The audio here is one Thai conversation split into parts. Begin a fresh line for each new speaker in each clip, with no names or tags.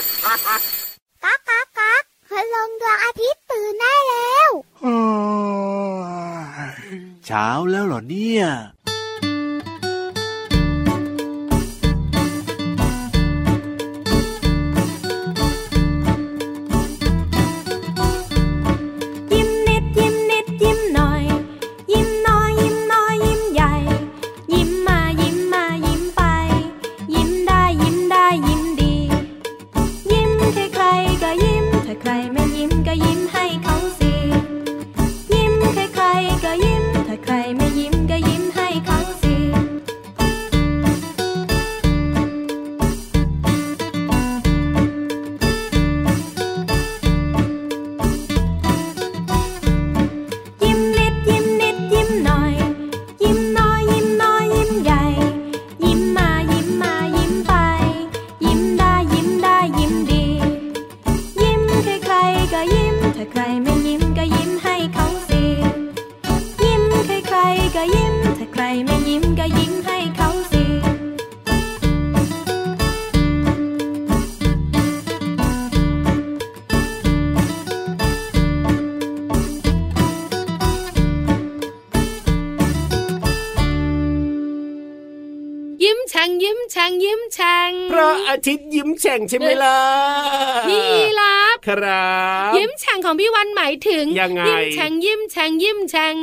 ก๊ากก๊ากก๊ากพลงดวงอาทิตย์ตื่นได้แล้ว
เช้าแล้วเหรอเนี่ย
ยิ้มนิดยิ้มนิดยิ้มหน่อย ยิ้มน้อยยิ้มน้อยยิ้มใหญ่ ยิ้มมายิ้มมายิ้มไป ยิ้มได้ยิ้มได้ยิ้มดี ยิ้มใครใครๆก็ยิ้มถ้าใครไม่ยิ้มก็ยิ้มให้เขาสิยิ้มใครใครๆก็ยิ้มถ้าใครไม่ยิ้มก็ยิ้มให้เขาสิ ยิ้มนิดยิ้มนิดยิ้มหน่อย ยิ้มน้อยยิ้มน้อยยิ้มใหญ่ ยิ้มมายิ้มมายิ้มไป ยิ้มได้ยิ้มได้ยิ้มดี ยิ้มใครใครๆก็ยิ้มถ้าใครไม่ยิ้มก็ยิ้มให้เขาสิยิ้มใครใครๆก็ยิ้มถ้าใครไม่ยิ้มก็ยิ้มให้เขาสิ
ยิ้มแฉ่งยิ้มแฉ่งยิ้มแฉ่ง
พระอาทิตย์ยิ้มแฉ่งใช่ไหมล่ะ
พี่รับ
ครับ
ยิ้มแฉ่งของพี่วันหมายถึง
ยังไง
ยิ้มแฉ่งยิ้มแฉ่งยิ้มแฉ่ง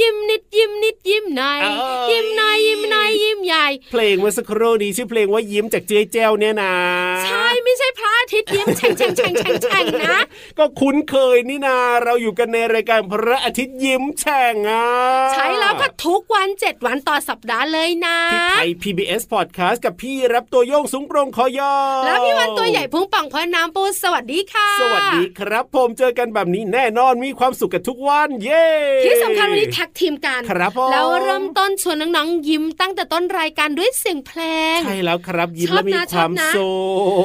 ยิ้มนิดยิ้มนิดยิ้มหน่อย
เอ้ย
ยิ้มน้อยยิ้มน้อยยิ้มใหญ่
เพลงเมื่อสักครู่นี้ชื่อเพลงว่ายิ้มจากเจ๊ยแจ้วเนี่ยนะ
ใช่ไม่ใช่พระอาทิตย์ยิ้มแฉ่งแฉ่งแฉ่งแฉ่งแฉ่งนะ
ก็คุ้นเคยนี่นาเราอยู่กันในรายการพระอาทิตย์ยิ้มแฉ่งอ่ะ
ใช้แล้วก็ทุกวันเจ็ดวันต่อสัปดาห์เลยนะ
ที่ไทย PBS Podcast กับพี่รับตัวโยงสูงโปรงคอยอ
แล้วพี่วันตัวใหญ่พุงป่องพอน้ำปูสวัสดีค่ะ
สวัสดีครับ ผมเจอกันแบบนี้แน่นอนมีความสุขกันทุกวันเย้
ที่สำคัญวันนี้แท็กทีมกัน
ครับผม
แล้วเริ่มต้นชวนน้องๆยิ้มตั้งแต่ต้นรายการด้วยเสียงเพลง
ใช่แล้วครับยิ้ม
ชอบ
แล้วมี
นะ
ควา
ชอบ
ม
นะ
สุ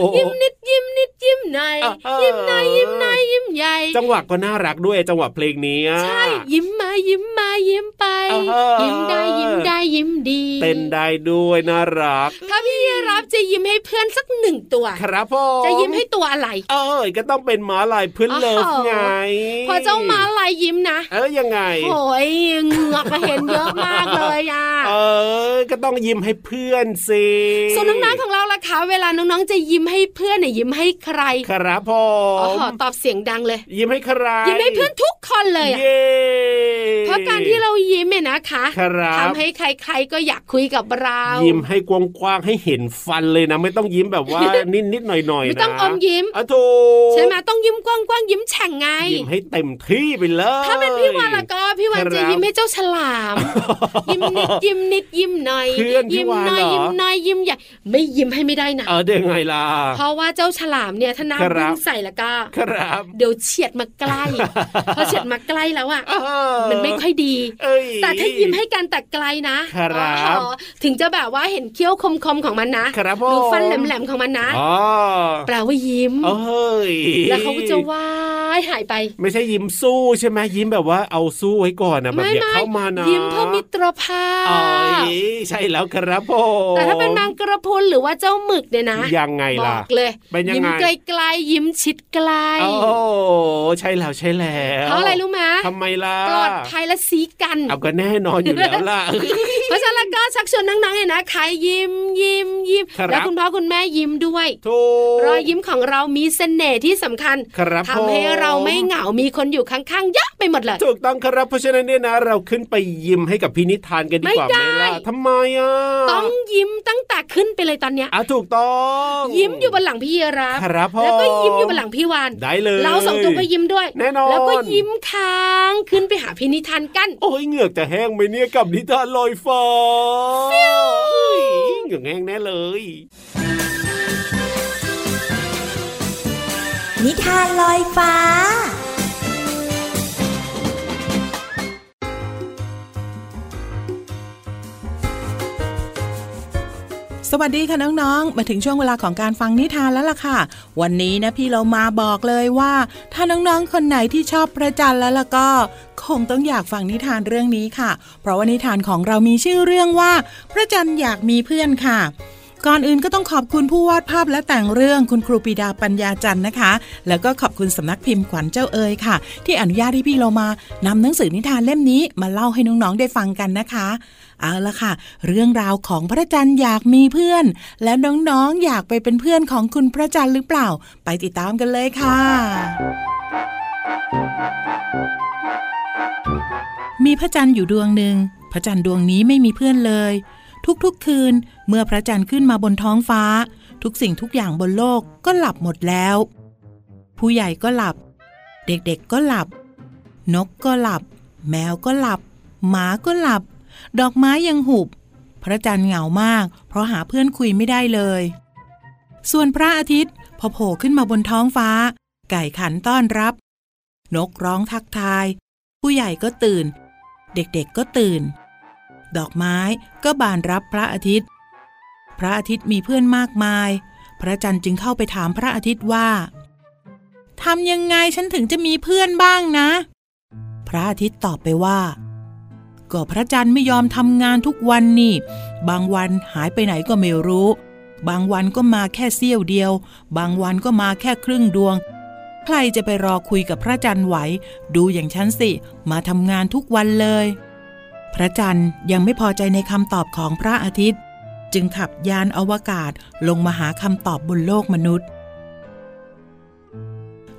ข
ยิ้มนิดยิ้มนิดยิ้มหน่อย
อ่ะอ่ะ
ยิ้มหน่อยยิ้มหน่อยยิ้มใหญ่
จังหวะก็น่ารักด้วยจังหวะเพลงนี้อะ
ใช่ยิ้มมายิ้มมายิ้มไป
อ่าฮะ
ยิ้มได้ยิ้มได้ยิ้มดี
เต้นได้ด้วยน่ารัก
ถ้าพี่รับจะยิ้มให้เพื่อนสักหนึ่งตัว
ครับผม
จะยิ้มให้ตัวอะไร
เอ้ยก็ต้องเป็นม้าลายพื้นเลิฟ
อ้าว
ไง
พอเจ้ามาลายยิ้มนะ
เอ้ยยังไง
โอ้ยเหงือกก็เห็นเยอะมากเลยอ่ะ
เอยก็ต้องยิ้มให้เพื่อนสิ
ส่วนน้องๆของเราล่ะคะเวลาน้องๆจะยิ้มให้เพื่อนเนี่ยยิ้มให้ใคร
ครับผ
อ๋อ
ม
ตอบเสียงดังเลย
ยิ้มให้ใคร
ยิ้มให้เพื่อนทุกคนเลยอะ
เย้
เพราะการที่เรายิ้มเนี่ยนะคะ
ครับ
ทำให้ใครๆก็อยากคุยกับเรา
ยิ้มให้กว้างๆให้เห็นฟันเลยนะ ไม่ต้องยิ้มแบบ ว่า นิดๆหน่อยๆนะ
ไม่ต้องอมยิ้ม
อะถูก
ใช่ไหมต้องยิ้มกว้างๆยิ้มแฉ่งไง
ยิ้มให้เต็มที่ไปเลย
ถ้าเป็นพี่วานละก็พี่วานจะ
ครับ
ยิ้มให้เจ้าฉลาม ยิ้มนิดยิ้มนิดยิ้มหน่อย
เพื่อนพี่
ยิ้ม
วาน
น้อย
เหรอ
ยิ้มน้อยยิ้มใหญ่ไม่ยิ้มให้ไม่ได้นะ
เออเดี๋ยวไงล่ะ
เพราะว่าเจ้าฉลามเนี่ยถ้าน้ำ
ครั
วิ่
บ
งใส่ละก็
ครับ
เดี๋ยวเฉียดมาใกล้ พอเฉียดมาใกล้แล้วอ่ะ
เออ
มันไม่ค่อยดี
เอ้ย
แต่ถ้ายิ้มให้กันแต่ไกลนะครับ อ๋อถึงจะแบบว่าเห็นเขี้ยวคมๆของมันนะ
ครับผ
ดู
ม
ฟันแหลมๆของมันนะ
อ๋อ
แปลว่ายิ้ม
เอ้ย
แล้วเขาก็จะว่ายหายไป
ไม่ใช่ยิ้มสู้ใช่ไหมยิ้มแบบว่าเอาสู้ไว้ก่อนนะแบบ
ไม่
อย่า
ไม่
เข้ามานะ
ยิ้มเพื่อมิตรภา
เอ้
พ
ยใช่แล้วครับผม
แต่ถ้าเป็นแมงกระพรุนหรือว่าเจ้าหมึกเนี่ยนะ
ยังไง
บอ
ล่ะ
กเลย
เป็นยังไง
ยิ้มไกลๆยิ้มชิดไกล
โอ้ใช่แล้วใช่แล้ว
เพราะอะไรรู้ไหม
ทำไมล่ะ
ปลอดภัยและสีกัน
เอาก็แน่นอนอยู่แล้วล่ะ
เพราะฉะนั้นแล้วก็ชักชวนน้องๆเนี่ยนะใครยิ้มยิ้มยิ้ม
ครับ
แล้วคุณพ่อคุณแม่ยิ้มด้วย
ถูก
รอยยิ้มของเรามีเสน่ห์ที่สำคัญ
ครับ
ทำให้
ผม
เราไม่เหงา มีคนอยู่ข้างๆเยอะไปหมดเลย
ถูกต้องครับเพราะฉะนั้นเนี่ยนะ เราขึ้นไปยิ้มให้กับพินิธานกันดีกว่า
ไม่ได้
ไหมล่ะทำไมอ่ะ
ต้องยิ้มตั้งแต่ขึ้นไปเลยตอนเนี้ย
อ่ะถูกต้อง
ยิ้มอยู่บนหลังพี่ยีรับ
ครับผม
แล้วก็ยิ้มอยู่บนหลังพี่วาน
ได้เลย
เราสองตัวก็ยิ้มด้วย
แน่นอน
แล้วก็ยิ้มค้างขึ้นไปหาพี่นิทานกัน
โอ้ยเหงือกจะแห้งไหมเนี่ยกับนิทานลอยฟ้าเหงือกแห้งแน่เลย
นิทานลอยฟ้า
สวัสดีค่ะน้องๆ มาถึงช่วงเวลาของการฟังนิทานแล้วล่ะค่ะ วันนี้นะพี่เรามาบอกเลยว่า ถ้าน้องๆ คนไหนที่ชอบพระจันทร์แล้วล่ะก็ คงต้องอยากฟังนิทานเรื่องนี้ค่ะ เพราะว่านิทานของเรามีชื่อเรื่องว่า พระจันทร์อยากมีเพื่อนค่ะ ก่อนอื่นก็ต้องขอบคุณผู้วาดภาพและแต่งเรื่องคุณครูปรีดาปัญญาจันทร์นะคะ แล้วก็ขอบคุณสำนักพิมพ์ขวัญเจ้าเอ๋ยค่ะ ที่อนุญาตให้พี่เรามานำหนังสือนิทานเล่มนี้มาเล่าให้น้องๆได้ฟังกันนะคะ เอาละค่ะ เรื่องราวของพระจันทร์อยากมีเพื่อน และน้องๆอยากไปเป็นเพื่อนของคุณพระจันทร์หรือเปล่า ไปติดตามกันเลยค่ะ มีพระจันทร์อยู่ดวงหนึ่ง พระจันทร์ดวงนี้ไม่มีเพื่อนเลย ทุกๆคืน เมื่อพระจันทร์ขึ้นมาบนท้องฟ้า ทุกสิ่งทุกอย่างบนโลกก็หลับหมดแล้ว ผู้ใหญ่ก็หลับ เด็กๆก็หลับ นกก็หลับ แมวก็หลับ หมาก็หลับ ดอกไม้ยังหุบ พระจันทร์เหงามาก เพราะหาเพื่อนคุยไม่ได้เลย ส่วนพระอาทิตย์พอโผล่ขึ้นมาบนท้องฟ้า ไก่ขันต้อนรับ นกร้องทักทาย ผู้ใหญ่ก็ตื่น เด็กๆก็ตื่น ดอกไม้ก็บานรับพระอาทิตย์ พระอาทิตย์มีเพื่อนมากมาย พระจันทร์จึงเข้าไปถามพระอาทิตย์ว่าทำยังไงฉันถึงจะมีเพื่อนบ้างนะ พระอาทิตย์ตอบไปว่า ก็พระจันทร์ไม่ยอมทำงานทุกวันนี่ บางวันหายไปไหนก็ไม่รู้ บางวันก็มาแค่เสี้ยวเดียว บางวันก็มาแค่ครึ่งดวง ใครจะไปรอคุยกับพระจันทร์ไหว ดูอย่างฉันสิ มาทำงานทุกวันเลย พระจันทร์ยังไม่พอใจในคำตอบของพระอาทิตย์ จึงขับยานอวกาศลงมาหาคำตอบบนโลกมนุษย์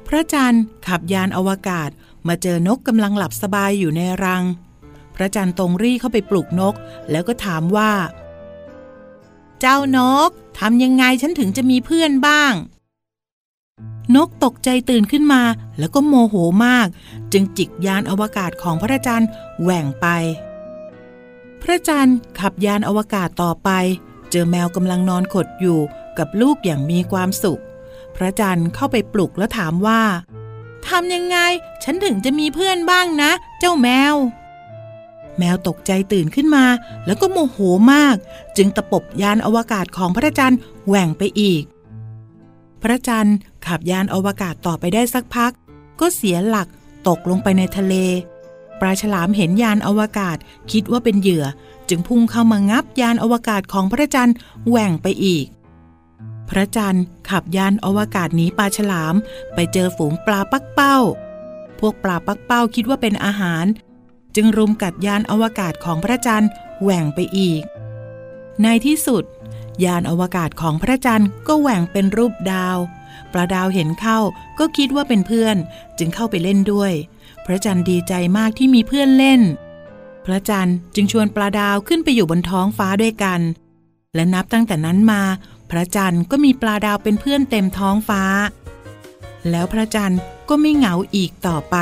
พระจันทร์ขับยานอวกาศมาเจอนกกำลังหลับสบายอยู่ในรัง พระจันทร์ตรงรี่เข้าไปปลุกนก แล้วก็ถามว่า เจ้านกทำยังไงฉันถึงจะมีเพื่อนบ้าง นกตกใจตื่นขึ้นมาแล้วก็โมโหมาก จึงจิกยานอวกาศของพระจันทร์แหว่งไป พระจันทร์ขับยานอวกาศต่อไป เจอแมวกำลังนอนขดอยู่กับลูกอย่างมีความสุข พระจันทร์เข้าไปปลุกแล้วถามว่าทำยังไง ฉันถึงจะมีเพื่อนบ้างนะ เจ้าแมว แมวตกใจตื่นขึ้นมา แล้วก็โมโหมาก จึงตะปบยานอวกาศของพระจันทร์แหว่งไปอีก พระจันทร์ขับยานอวกาศต่อไปได้สักพัก ก็เสียหลักตกลงไปในทะเล ปลาฉลามเห็นยานอวกาศคิดว่าเป็นเหยื่อ จึงพุ่งเข้ามางับยานอวกาศของพระจันทร์แหว่งไปอีก พระจันทร์ขับยานอวกาศหนีปลาฉลาม ไปเจอฝูงปลาปักเป้า พวกปลาปักเป้าคิดว่าเป็นอาหาร จึงรุมกัดยานอวกาศของพระจันทร์แหว่งไปอีก ในที่สุด ยานอวกาศของพระจันทร์ก็แหว่งเป็นรูปดาว ปลาดาวเห็นเข้าก็คิดว่าเป็นเพื่อน จึงเข้าไปเล่นด้วย พระจันทร์ดีใจมากที่มีเพื่อนเล่น พระจันทร์จึงชวนปลาดาวขึ้นไปอยู่บนท้องฟ้าด้วยกัน และนับตั้งแต่นั้นมา พระจันทร์ก็มีปลาดาวเป็นเพื่อนเต็มท้องฟ้า แล้วพระจันทร์ก็ไม่เหงาอีกต่อไป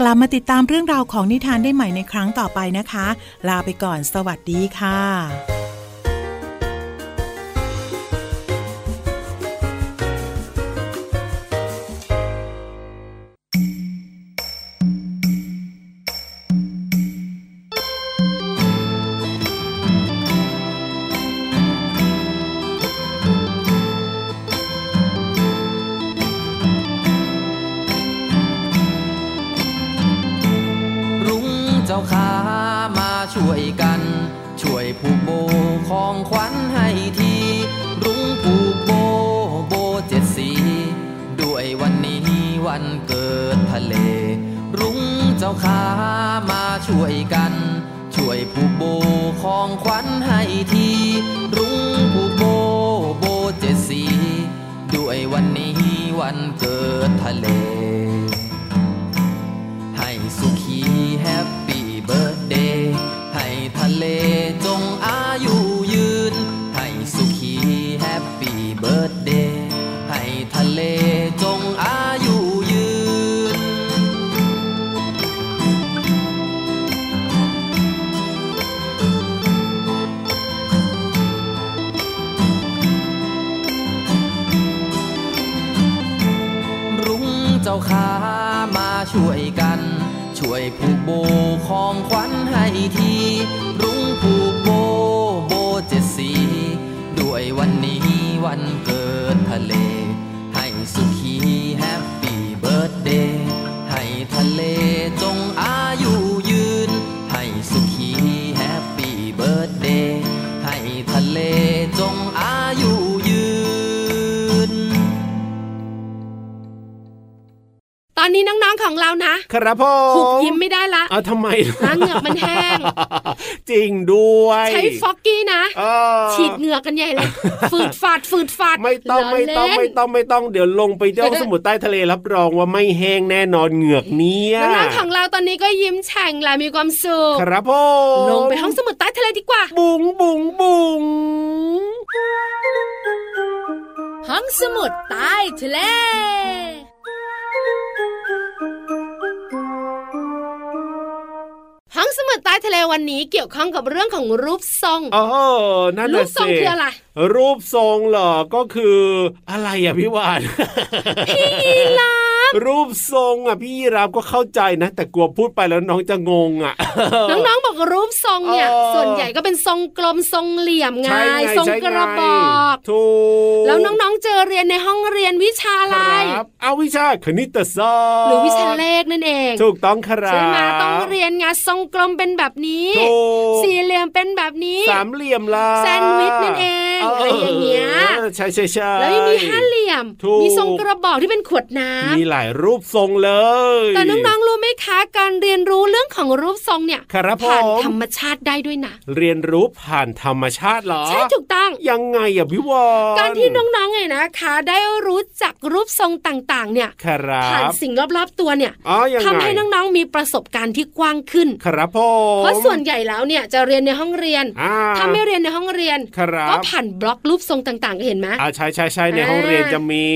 กลับมาติดตามเรื่องราวของนิทานได้ใหม่ในครั้งต่อไปนะคะ ลาไปก่อนสวัสดีค่ะ
รุ้งเจ้าขามาช่วยกัน ช่วยผูกโบของขวัญให้ที รุ้งผูกโบโบเจ็ดสี ด้วยวันนี้วันเกิดทะเล รุ้งเจ้าขามาช่วยกัน ช่วยผูกโบของขวัญให้ที รุ้งผูกโบโบเจ็ดสี ด้วยวันนี้วันเกิดทะเล ให้สุขีแฮปปี้เบิร์ดเดย์ให้ทะเลจงอายุยืน ให้สุขีแฮปปี้เบิร์ดเดย์ให้ทะเลจงอายุยืน รุ้งเจ้าขามาช่วยกัน ช่วยผูกโบของขวัญให้ที รุ้งผูกโบโบเจ็ดสี ด้วยวันนี้วันเกิดทะเล ให้สุขีแฮปปี้เบิร์ดเดย์ให้ทะเลจงอายุยืน ให้สุขีแฮปปี้เบิร์ดเดย์ให้ทะเลจง
อนนี้น้องๆของเรานะครับ
พ่อ
ขุบยิ้มไม่ได้ละ
เอาทำไม
หน้าเหงือกมันแห้ง
จริงด้วย
ใช้ฟอกกี้นะ
เออ
ฉีดเหงือกกันใหญ่เลย ฝืดฝาดฝืดฝาด
ไม่ต้อง
ล้
ไม่ต้อง
เล่น
ไม่ต้องไม่ต้องเดี๋ยวลงไปเที่ยว
เออ
สมุทรใต้ทะเลรับรองว่าไม่แห้งแน่นอนเหงือกเนี่ย
น้องๆของเราตอนนี้ก็ยิ้มแฉ่งแหละมีความสุข
ครับพ่อ
ลงไปห้องสมุดใต้ทะเลดีกว่า
บุ๋งบุ๋งบุ๋ง
ห้องสมุดใต้ทะเล
ห้องสมุดใต้ทะเลวันนี้เกี่ยวข้องกับเรื่องของรูปทรง
อ๋อนั่น
รูป
น่ะ
ทรง
สิ
คืออะไร
รูปทรงเหรอก็คืออะไรอ่ะพี่วาน
พี่ยีราฟ
รูปทรงอ่ะพี่ยีรามก็เข้าใจนะ แต่กลัวพูดไปแล้วน้องจะงงอ่ะ
น้องๆบอกรูปทรงเนี่ย
เออ
ส่วนใหญ่ก็เป็นทรงกลมทรงเหลี่ยมไง
ใช่ไง
ทรง
ใช่ไ
กระบอก
ถูก
แล้วน้องๆเจอเรียนในห้องเรียนวิชาอะไร
ครับเอาวิชาคณิตศาสตร์
หรือวิชาเลขนั่นเอง
ถูกต้องครับ
ใช่ไหมต้องเรียนไงทรงกลมเป็นแบบนี้
ถูก
สี่เหลี่ยมเป็นแบบนี้
สามเหลี่ยมล่ะ
แซนด์วิชนั่นเองอะไรอย่างเงี้ย
ใช่ใช่ใช่
แล้วยังมีห้าเหลี่ยม
ถูก
มีทรงกระบอกที่เป็นขวดน้ำ
มีหลายรูปทรงเลย
แต่น้องๆรู้ไหมคะ การเรียนรู้เรื่องของรูปทรงเนี่ย
ครับผ
ผ่าน
ม
ธรรมชาติได้ด้วยนะ
เรียนรู้ผ่านธรรมชาติเหรอ
ใช่ถูกต้อง
ยังไงอ่ะพี่วาน
การที่น้องๆเนี่ยนะคะ ได้รู้จักรูปทรงต่างๆ เนี่ย
ครับ
ผ่านสิ่งรอบๆตัวเนี่ย
อ๋อยังไง
ทำให้น้องๆมีประสบการณ์ที่กว้างขึ้น
ครับผม
เพราะส่วนใหญ่แล้วเนี่ยจะเรียนในห้องเรียน
อ่า
ถ้าไม่เรียนในห้องเรียน
ครับ
ก็ผ่านบล็อกรูปทรงต่างๆเห็นไหม
อ่าใช่ใช่ใช่ใน
อ่า
ห้องเรียนจะมี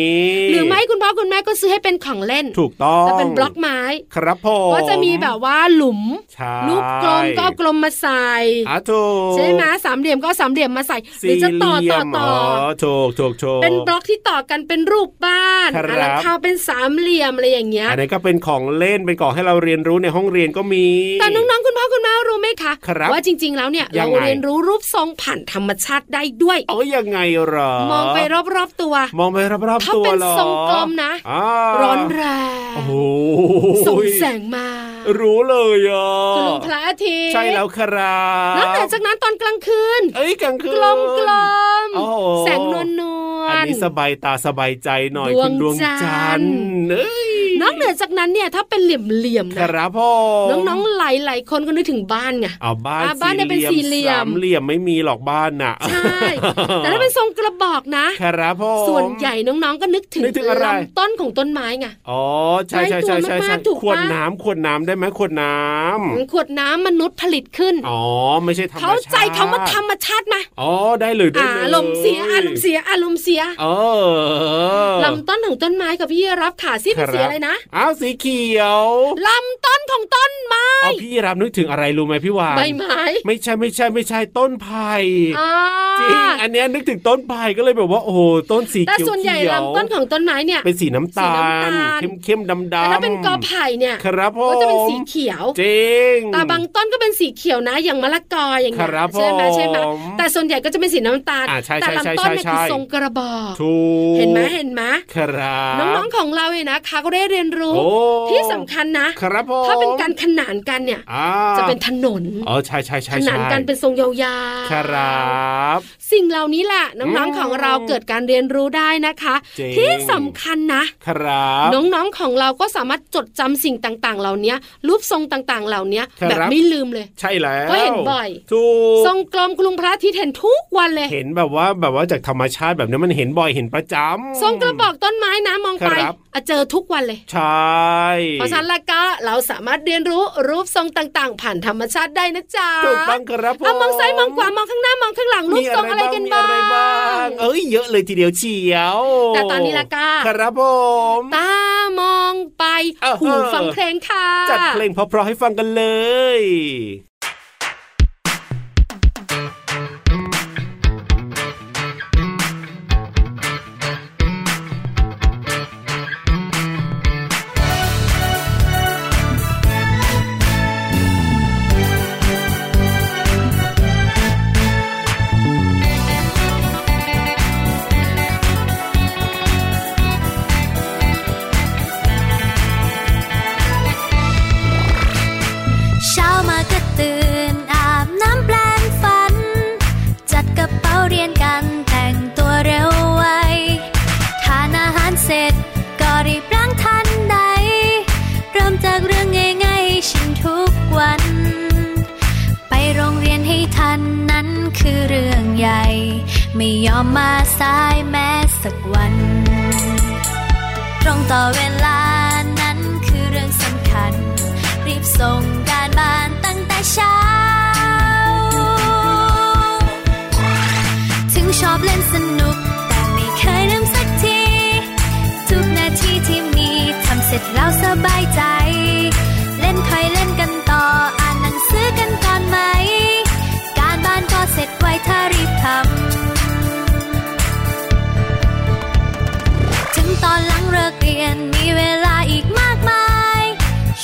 หรือไม่คุณพ่อคุณแม่ก็ซื้อให้เป็นของเล่น
ถูกต้อง
แต่เป็นบล็อกไม้
ครับผม
ก็จะมีแบบว่าหลุม
ใช่
ลูกกลมก็เอากลมมาใส่
อ่าถูก
ใช่ไหมสามเหลี่ยมก็เอาสามเหลี่ยมมาใส่ หรือจะต่อ
สี่เหลี่
ต่อย
ม
ต่อ
ถูกถูกถูก
เป็นบล็อกที่ต่อกันเป็นรูปบ้าน
ครับ
อ่ะหลังคาเป็นสามเหลี่ยมอะไรอย่างเงี้ย
อันนี้ก็เป็นของเล่นเป็นของให้เราเรียนรู้ในห้องเรียนก็มี
แต่น้องๆคุณพ่อคุณแม่รู้ไหมคะ
ครับ
ว่าจริง ๆ แล้วเนี่ย
ยั
เรา
งไง
เรียนรู้รูปทรงผ่านธรรมชาติได้ด้วย
เอายังไงเหรอ
มองไปรอบๆตัว
มองไปรอบ
ถ้า
ๆตัว
เป็น
เหรอ
ทรงกลมนะ
อ่า
ร้อนแรง
โอ้โห
ส่งแสงมา
รู้เลยอ่ะ
กลุ่มพระอาทิตย์
ใช่แล้วครับ
แล้วหลังจากนั้นตอนกลางคืน
เอ้ยกลางคืน
กลมกลมๆ
โอ้โห
แสงนวลนว
อัน
ล
นี้สบายตาสบายใจหน่อย
ดวง
คุณดวง
จั
จั
น
น
ทร์
ทร์เอ้ย
นอกเหนือจากนั้นเนี่ยถ้าเป็นเหลี่ยมเหลี่ยมๆ
ค
นะ
รับพ่อ
น้องๆหลายหลายๆคนก็นึกถึงบ้านไง
เอาบ้าน
อ่ะบ้านเนี่ยเป็นสี่เหลี่ยม
สามเหลี่ยมไม่มีหรอกบ้านน่ะ
ใช่ แต่ถ้าเป็นทรงกระบอกนะ
ครับพ่อ
ส่วนใหญ่น้องๆก็นึกถึง
นึกถึงอะไร
ลำต้นของต้นไม้ไง
อ๋อใช่ใช่ใช่ใช่
ใกล้ตัว
ใช่
มากๆถูกปะ
ขวดน้ำขวดน้ำได้ไหมขวดน้ำ
ขวดน้ำมนุษย์ผลิตขึ้น
อ๋อไม่ใช่ธรรมชา
เข้า
ติ
ใจคำว่าธรรมชาติไหม
อ๋อได้เลยได้
อา
เลย
อารมณ์เสียอารมณ์เสียอารมณ์เสีย
เออ
ลำต้นของต้นไม้กับพี่รับขาซิเป็นเสียอะไรนะ
อ้าวสีเขียว
ลำต้นของต้นไม้
เอาพี่รับนึกถึงอะไรรู้ไหมพี่วาน
ใบไม้
ไม่ใช่ไม่ใช่ไม่ใช่ต้นไผ่
อ่า
จริงอันเนี้ยนึกถึงต้นไผ่ก็เลยแบบว่าโอ้โหต้นสี
แต่
เขียว
ส่วนใหญ่
เขียว
ลำต้นของต้นไม้เนี่ย
เป็นสีน้ำตา
สีน้ำ
ล
ตาล
เข้มเข้มดำดำ
แต่ถ้าเป็นกอไผ่เนี่ย
ครับผม
ก็จะเป็นสีเขียว
จริง
แต่บางต้นก็เป็นสีเขียวนะ อย่างมะละกออย่างเงี้ย
ครับ
ใช่ไหม
ผม
ใช่ไหมแต่ส่วนใหญ่ก็จะเป็นสีน้ำตาล
อ่าใช่
แต่
ใช่
ลำต้นเนี่ย
ใช่
คือ
ใช่
ทรงกระบอก
ถูก
เห็นไหมเห็นไหม
ครับ
น้องๆของเราเนี่ยนะคะก็ได้เรียนรู้
โอ้
ที่สำคัญนะ
ครับผม
ถ้าเป็นการขนานกันเนี่ย
อ่า
จะเป็นถนน
อ๋อใช่ใช่ใช่
ข
ใช่
นานกันเป็นทรงยาวๆ
ครับ
สิ่งเหล่านี้แหละน้อง
อืม
ๆของเราเกิดการเรียนรู้ได้นะคะ
จริง
ที่สำคัญนะ
ครับ
น้องๆ ของเราก็สามารถจดจำสิ่งต่างๆ เหล่านี้รูปทรงต่างๆ เหล่านี้
ครับ
แบบไม่ลืมเลย
ใช่แล้ว
ก็เห็นบ่อย
ถูก
ทรงกลมกรุงพระอาทิตย์เห็นทุกวันเลย
เห็นแบบว่าแบบว่าจากธรรมชาติแบบนี้มันเห็นบ่อยเห็นประจำ
ทรงกระบอกต้นไม้นะมองไป
ครับ
อะเจอทุกวันเลย
ใช่
เพราะฉะนั้นและก็เราสามารถเรียนรู้รูปทรงต่างๆ ผ่านธรรมชาติได้นะจ๊ะ
ถูกต้องครับผม
เอามองซ้ายมองขวามองข้างหน้ามองข้างหลังรูปทรงอะไรกัน
มี
บ้า
อะไรบ้าง ง เอ้ยเยอะเลยทีเดียวเชียว
แต่ตอนนี้ละก็
ครับผม
ตามองไป
เออ
หูฟังเพลงค่ะ
จัดเพลงเพราะๆให้ฟังกันเลย
เช้ามาก็ตื่น คือเรื่องใหญ่ ไม่ยอมมาสายแม้สักวัน ตรงต่อเวลานั้นคือเรื่องสำคัญ รีบส่งการบ้านตั้งแต่เช้า ถึงชอบเล่นสนุก แต่ไม่เคยลืมสักที ทุกนาทีที่มีทำเสร็จแล้วสบายใจ เล่นใครเล่นกันต่ออ่านหนังสือกันก่อนไหม การบ้านก็เสร็จไวถ้ารีบทำ ถึงตอนหลังเลิกเรียนมีเวลาอีกมากมาย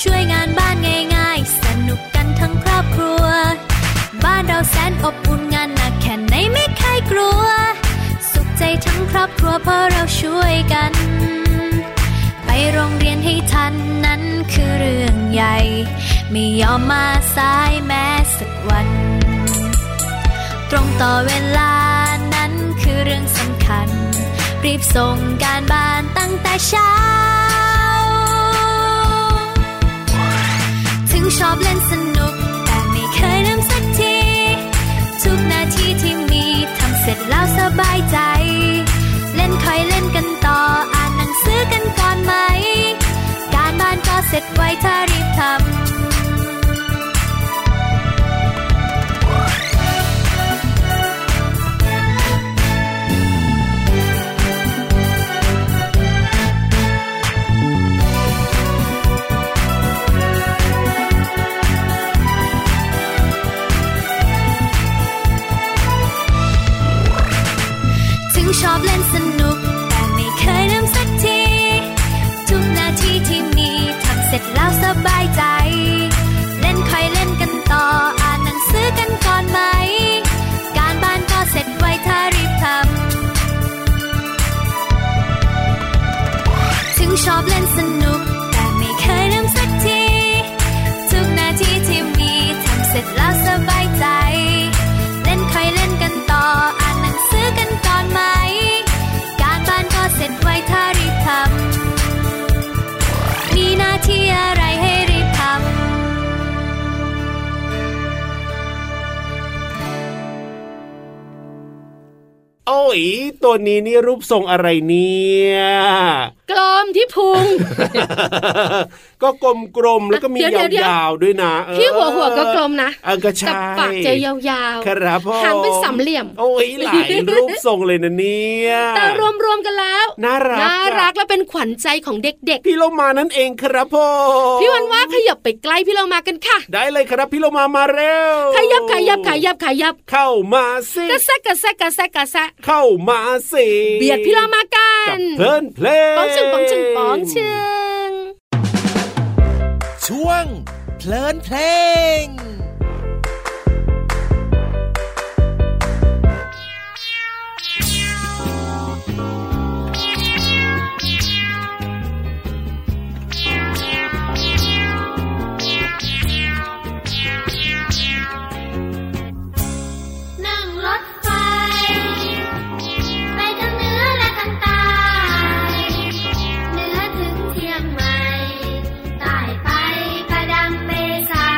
ช่วยงานบ้านง่ายๆ สนุกกันทั้งครอบครัว บ้านเราแสนอบอุ่นงานหนักแค่ไหนไม่เคยกลัว สุขใจทั้งครอบครัวเพราะเราช่วยกัน ไปโรงเรียนให้ทันนั้นคือเรื่องใหญ่ ไม่ยอมมาสายแม้สักวัน ตรงต่อเวลานั้นคือเรื่องสำคัญ รีบส่งการบ้านตั้งแต่เช้า ถึงชอบเล่นสนุก แต่ไม่เคยลืมสักที ทุกนาทีที่มีทำเสร็จแล้วสบายใจ เล่นคอยเล่นกันต่ออ่านหนังสือกันก่อนไหม การบ้านก็เสร็จไวถ้ารีบทำ ถึงชอบเล่นสนุก แต่ไม่เคยลืมสักที ทุกนาทีที่มีทำเสร็จแล้วสบายใจ เล่นคอยเล่นกันต่ออ่านหนังสือกันก่อนไหม การบ้านก็เสร็จไวถ้ารีบทำ ถึงชอบเล่นสนุก แต่ไม่เคยลืมสักที ทุกนาทีที่มีทำเสร็จแล้วสบายใจ เล่นใครเล่นกันต่ออ่านหนังสือกันก่อนไหม การบ้านก็เสร็จไวถ้ารีบทำมีหน้าที่อะไรให้รีบท
โอ้ยตัวนี้นี่รูปทรงอะไรเนี่ย
กลมที่พุง
ก็กลมๆแล้วก็มี
เดี๋ย
ยาว
เดี๋ยว
วๆด้วยนะเออ
ที่หัวหัวก็กลมนะ
เออก็
แต่
ใช่
ปากจะยาว
ครับพ่อ
ๆหางเป็นสามเหลี่ยม
โอ้ยหลายรูปทรงเลยนะเนี่ย
แต่รวมๆกันแล้ว
น่ารัก
น่ารัก
อะ
และเป็นขวัญใจของเด็ก
พี่โลมานั่นเองครับพ่อ
ๆ พี่วันว่าขยับไปใกล้พี่เรามากันค่ะ
ได้เลยครับพี่โลมามาเร็ว
ขยับขยับขยับขยับ
เข้ามาสิ
กระแซะกระแซะกระแซะกระแซะ
เข้ามาสิ
เบียดพี่เรามากั
กัน บเพลินเพลง
ปองชึงปองชึงปองชึง
ช่วง เพลินเพลง
ำ นั่งรถไฟ ไปทั้งเหนือและทั้งใต้ เหนือถึงเชียงใหม่ ใต้ไปกระดังเบซา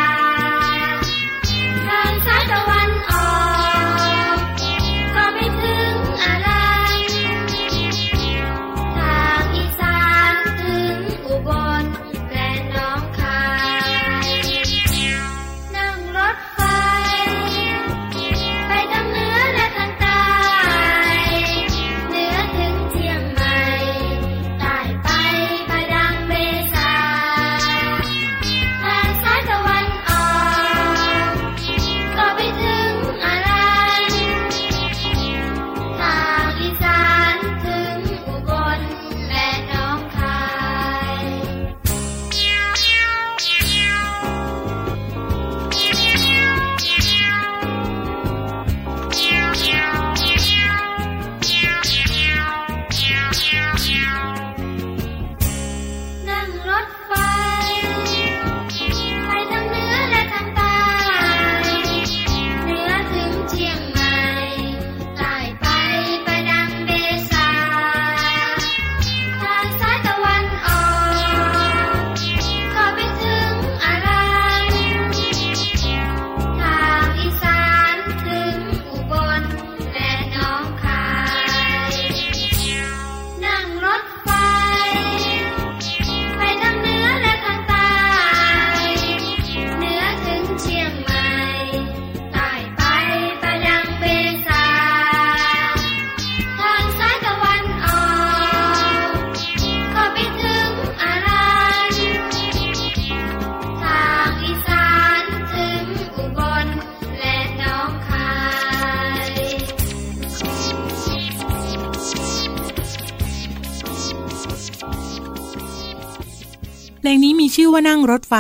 เพลงนี้มีชื่อว่านั่งรถไฟ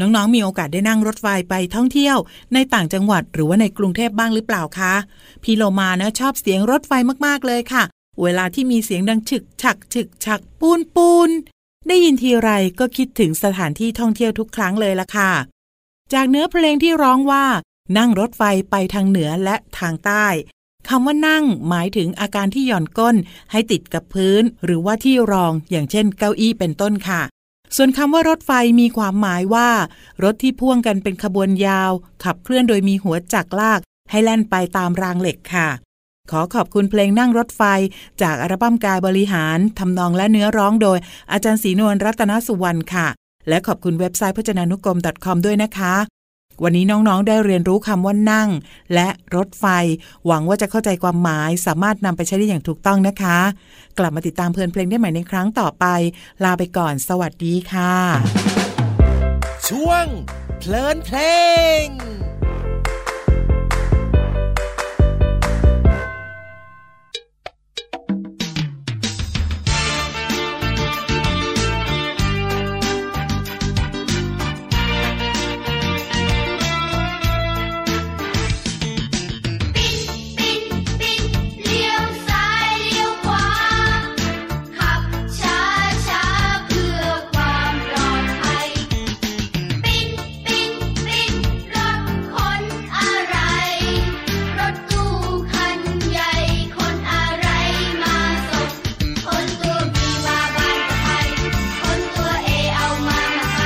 น้องๆ มีโอกาสได้นั่งรถไฟไปท่องเที่ยว ในต่างจังหวัดหรือว่าในกรุงเทพบ้างหรือเปล่าคะพี่โลมานะชอบเสียงรถไฟมากๆเลยค่ะ เวลาที่มีเสียงดังฉึกฉักฉึกฉักปูนปูนได้ยินทีไรก็คิดถึงสถานที่ท่องเที่ยวทุกครั้งเลยละค่ะ จากเนื้อเพลงที่ร้องว่า นั่งรถไฟไปทางเหนือและทางใต้คำว่านั่งหมายถึงอาการที่หย่อนก้นให้ติดกับพื้น หรือว่าที่รองอย่างเช่นเก้าอี้เป็นต้นค่ะ ส่วนคำว่ารถไฟมีความหมายว่า รถที่พ่วงกันเป็นขบวนยาว ขับเคลื่อนโดยมีหัวจักรลาก ให้แล่นไปตามรางเหล็กค่ะ ขอขอบคุณเพลงนั่งรถไฟ จากอัลบั้มกายบริหารทำนองและเนื้อร้องโดย อาจารย์ศรีนวลรัตนสุวรรณค่ะ และขอบคุณเว็บไซต์พจนานุกรม .com ด้วยนะคะ วันนี้น้องๆ ได้เรียนรู้คำว่านั่ง และรถไฟ หวังว่าจะเข้าใจความหมาย สามารถนำไปใช้ได้อย่างถูกต้องนะคะ กลับมาติดตามเพลินเพลงได้ใหม่ในครั้งต่อไป ลาไปก่อน สวัสดีค่ะ
ช่วง เพลินเพลง
ปิ้นปิ้นปิ้นเลี้ยวซ้ายเลี้ยวขวา ขับช้าช้าเพื่อความปลอดภัย ปิ้นปิ้นปิ้นรถขนอะไร รถตู้คันใหญ่ขนอะไรมาส่งคนตัวบีมาบ้านใครคนตัวเอเอามาใคร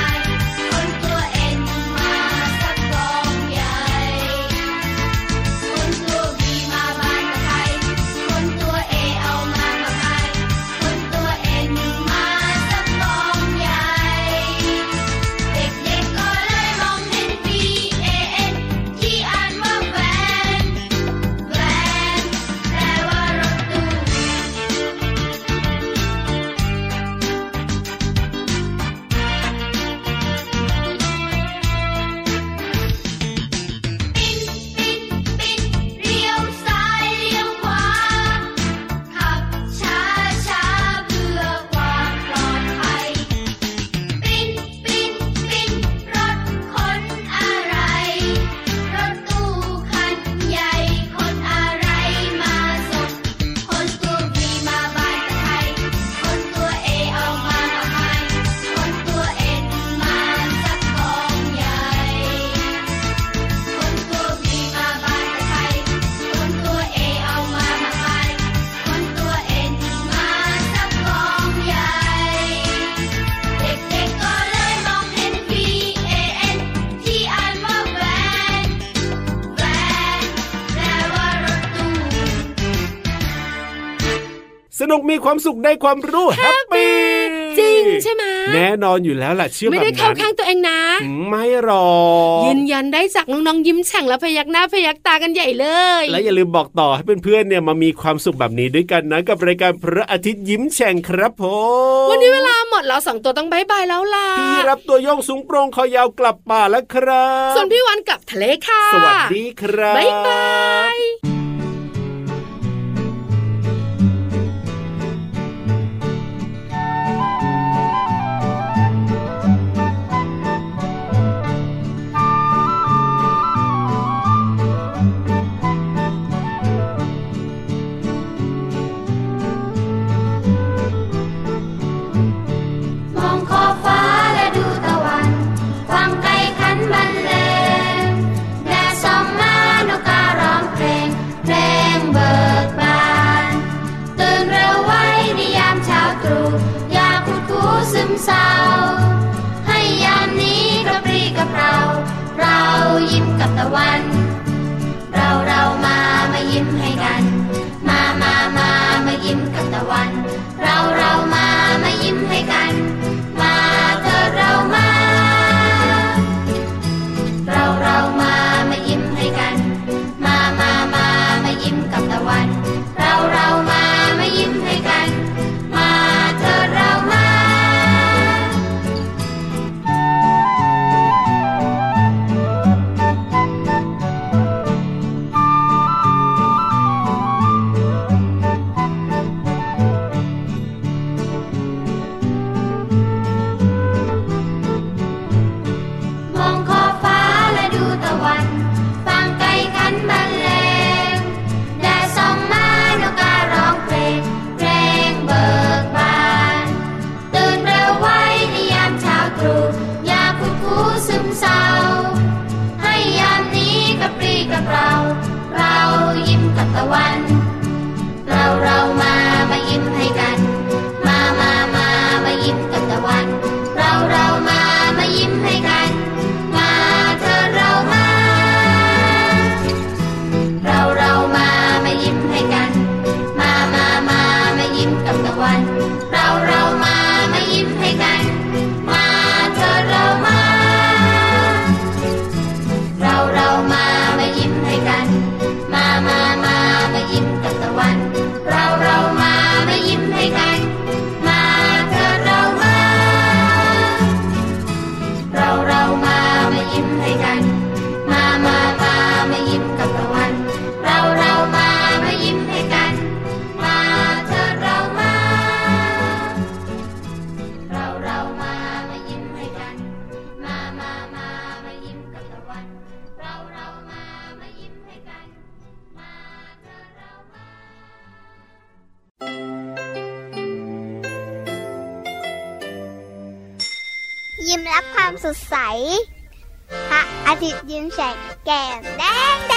คนตัวเอ็นมาสักกองใหญ่ คนตัวบีมาบ้านใครคนตัวเอเอามาใครคนตัวเอ็นมาสักกองใหญ่ เด็กๆก็เลยมองเห็น B A N ที่อ่านว่าแวนแวนแปลว่ารถตู้ ปิ้นปิ้นปิ้นเลี้ยวซ้ายเลี้ยวขวา ขับช้าช้าเพื่อความปลอดภัย ปิ้นปิ้นปิ้นรถขนอะไร รถตู้คันใหญ่ขนอะไรมาส่งคนตัวบีมาบ้านใครคนตัวเอเอามาใครคนตัวเอ็นมาสักกองใหญ่ คนตัวบีมาบ้านใครคนตัวเอเอามาใครคนตัวเอ็นมาสักกองใหญ่ เด็กๆก็เลยมองเห็น B A N ที่อ่านว่าแวนแวนแปลว่ารถตู้
สนุกมีความสุขได้ความรู้แฮปปี้
จริงใช่ไหม
แน่นอนอยู่แล้วล่ะเชื่อแบบ
ไม่
นั้น
ได้เข้าข้างตัวเองนะ
อืมไม่หรอก
ยืนยันได้จากน้องๆยิ้มแฉ่งและพยักหน้าพยักตากันใหญ่เลย
และอย่าลืมบอกต่อให้เพื่อนๆเนี่ยมามีความสุขแบบนี้ด้วยกันนะ กับรายการพระอาทิตย์ยิ้มแฉ่งครับผม
วันนี้เวลาหมดแล้วสองตัวต้องบายบายแล้วล่ะ
พี่รับตัวโยงสูงโปรงคอยาวกลับป่าแล้วครับ
ส่วนพี่วันกลับทะเลค่ะ
สวัสดีครับ
บายบาย
มองขอบฟ้าและดูตะวัน ฟังไกลขันบรรเลงแดดส่องมานกการ้องเพลง เพลงเบิกบาน ตื่นเร็วไว้ในยามเช้าตรู่อย่าคุดคูซึมเศร้า ให้ยามนี้กระปรี้กระเปร่า เรายิ้มกับตะวัน เราเรามามายิ้มให้กัน มามามามายิ้มกับตะวัน เราเรามามายิ้มให้กัน มาเถิดเรามา เราเรามามายิ้มให้กัน มามามามายิ้มกับตะวัน เราเรามามายิ้มให้กัน มาเถิดเรามา
เ
ยิ้มรับความสดใส พระอาทิตย์ยิ้มแฉกแก้มแดงแด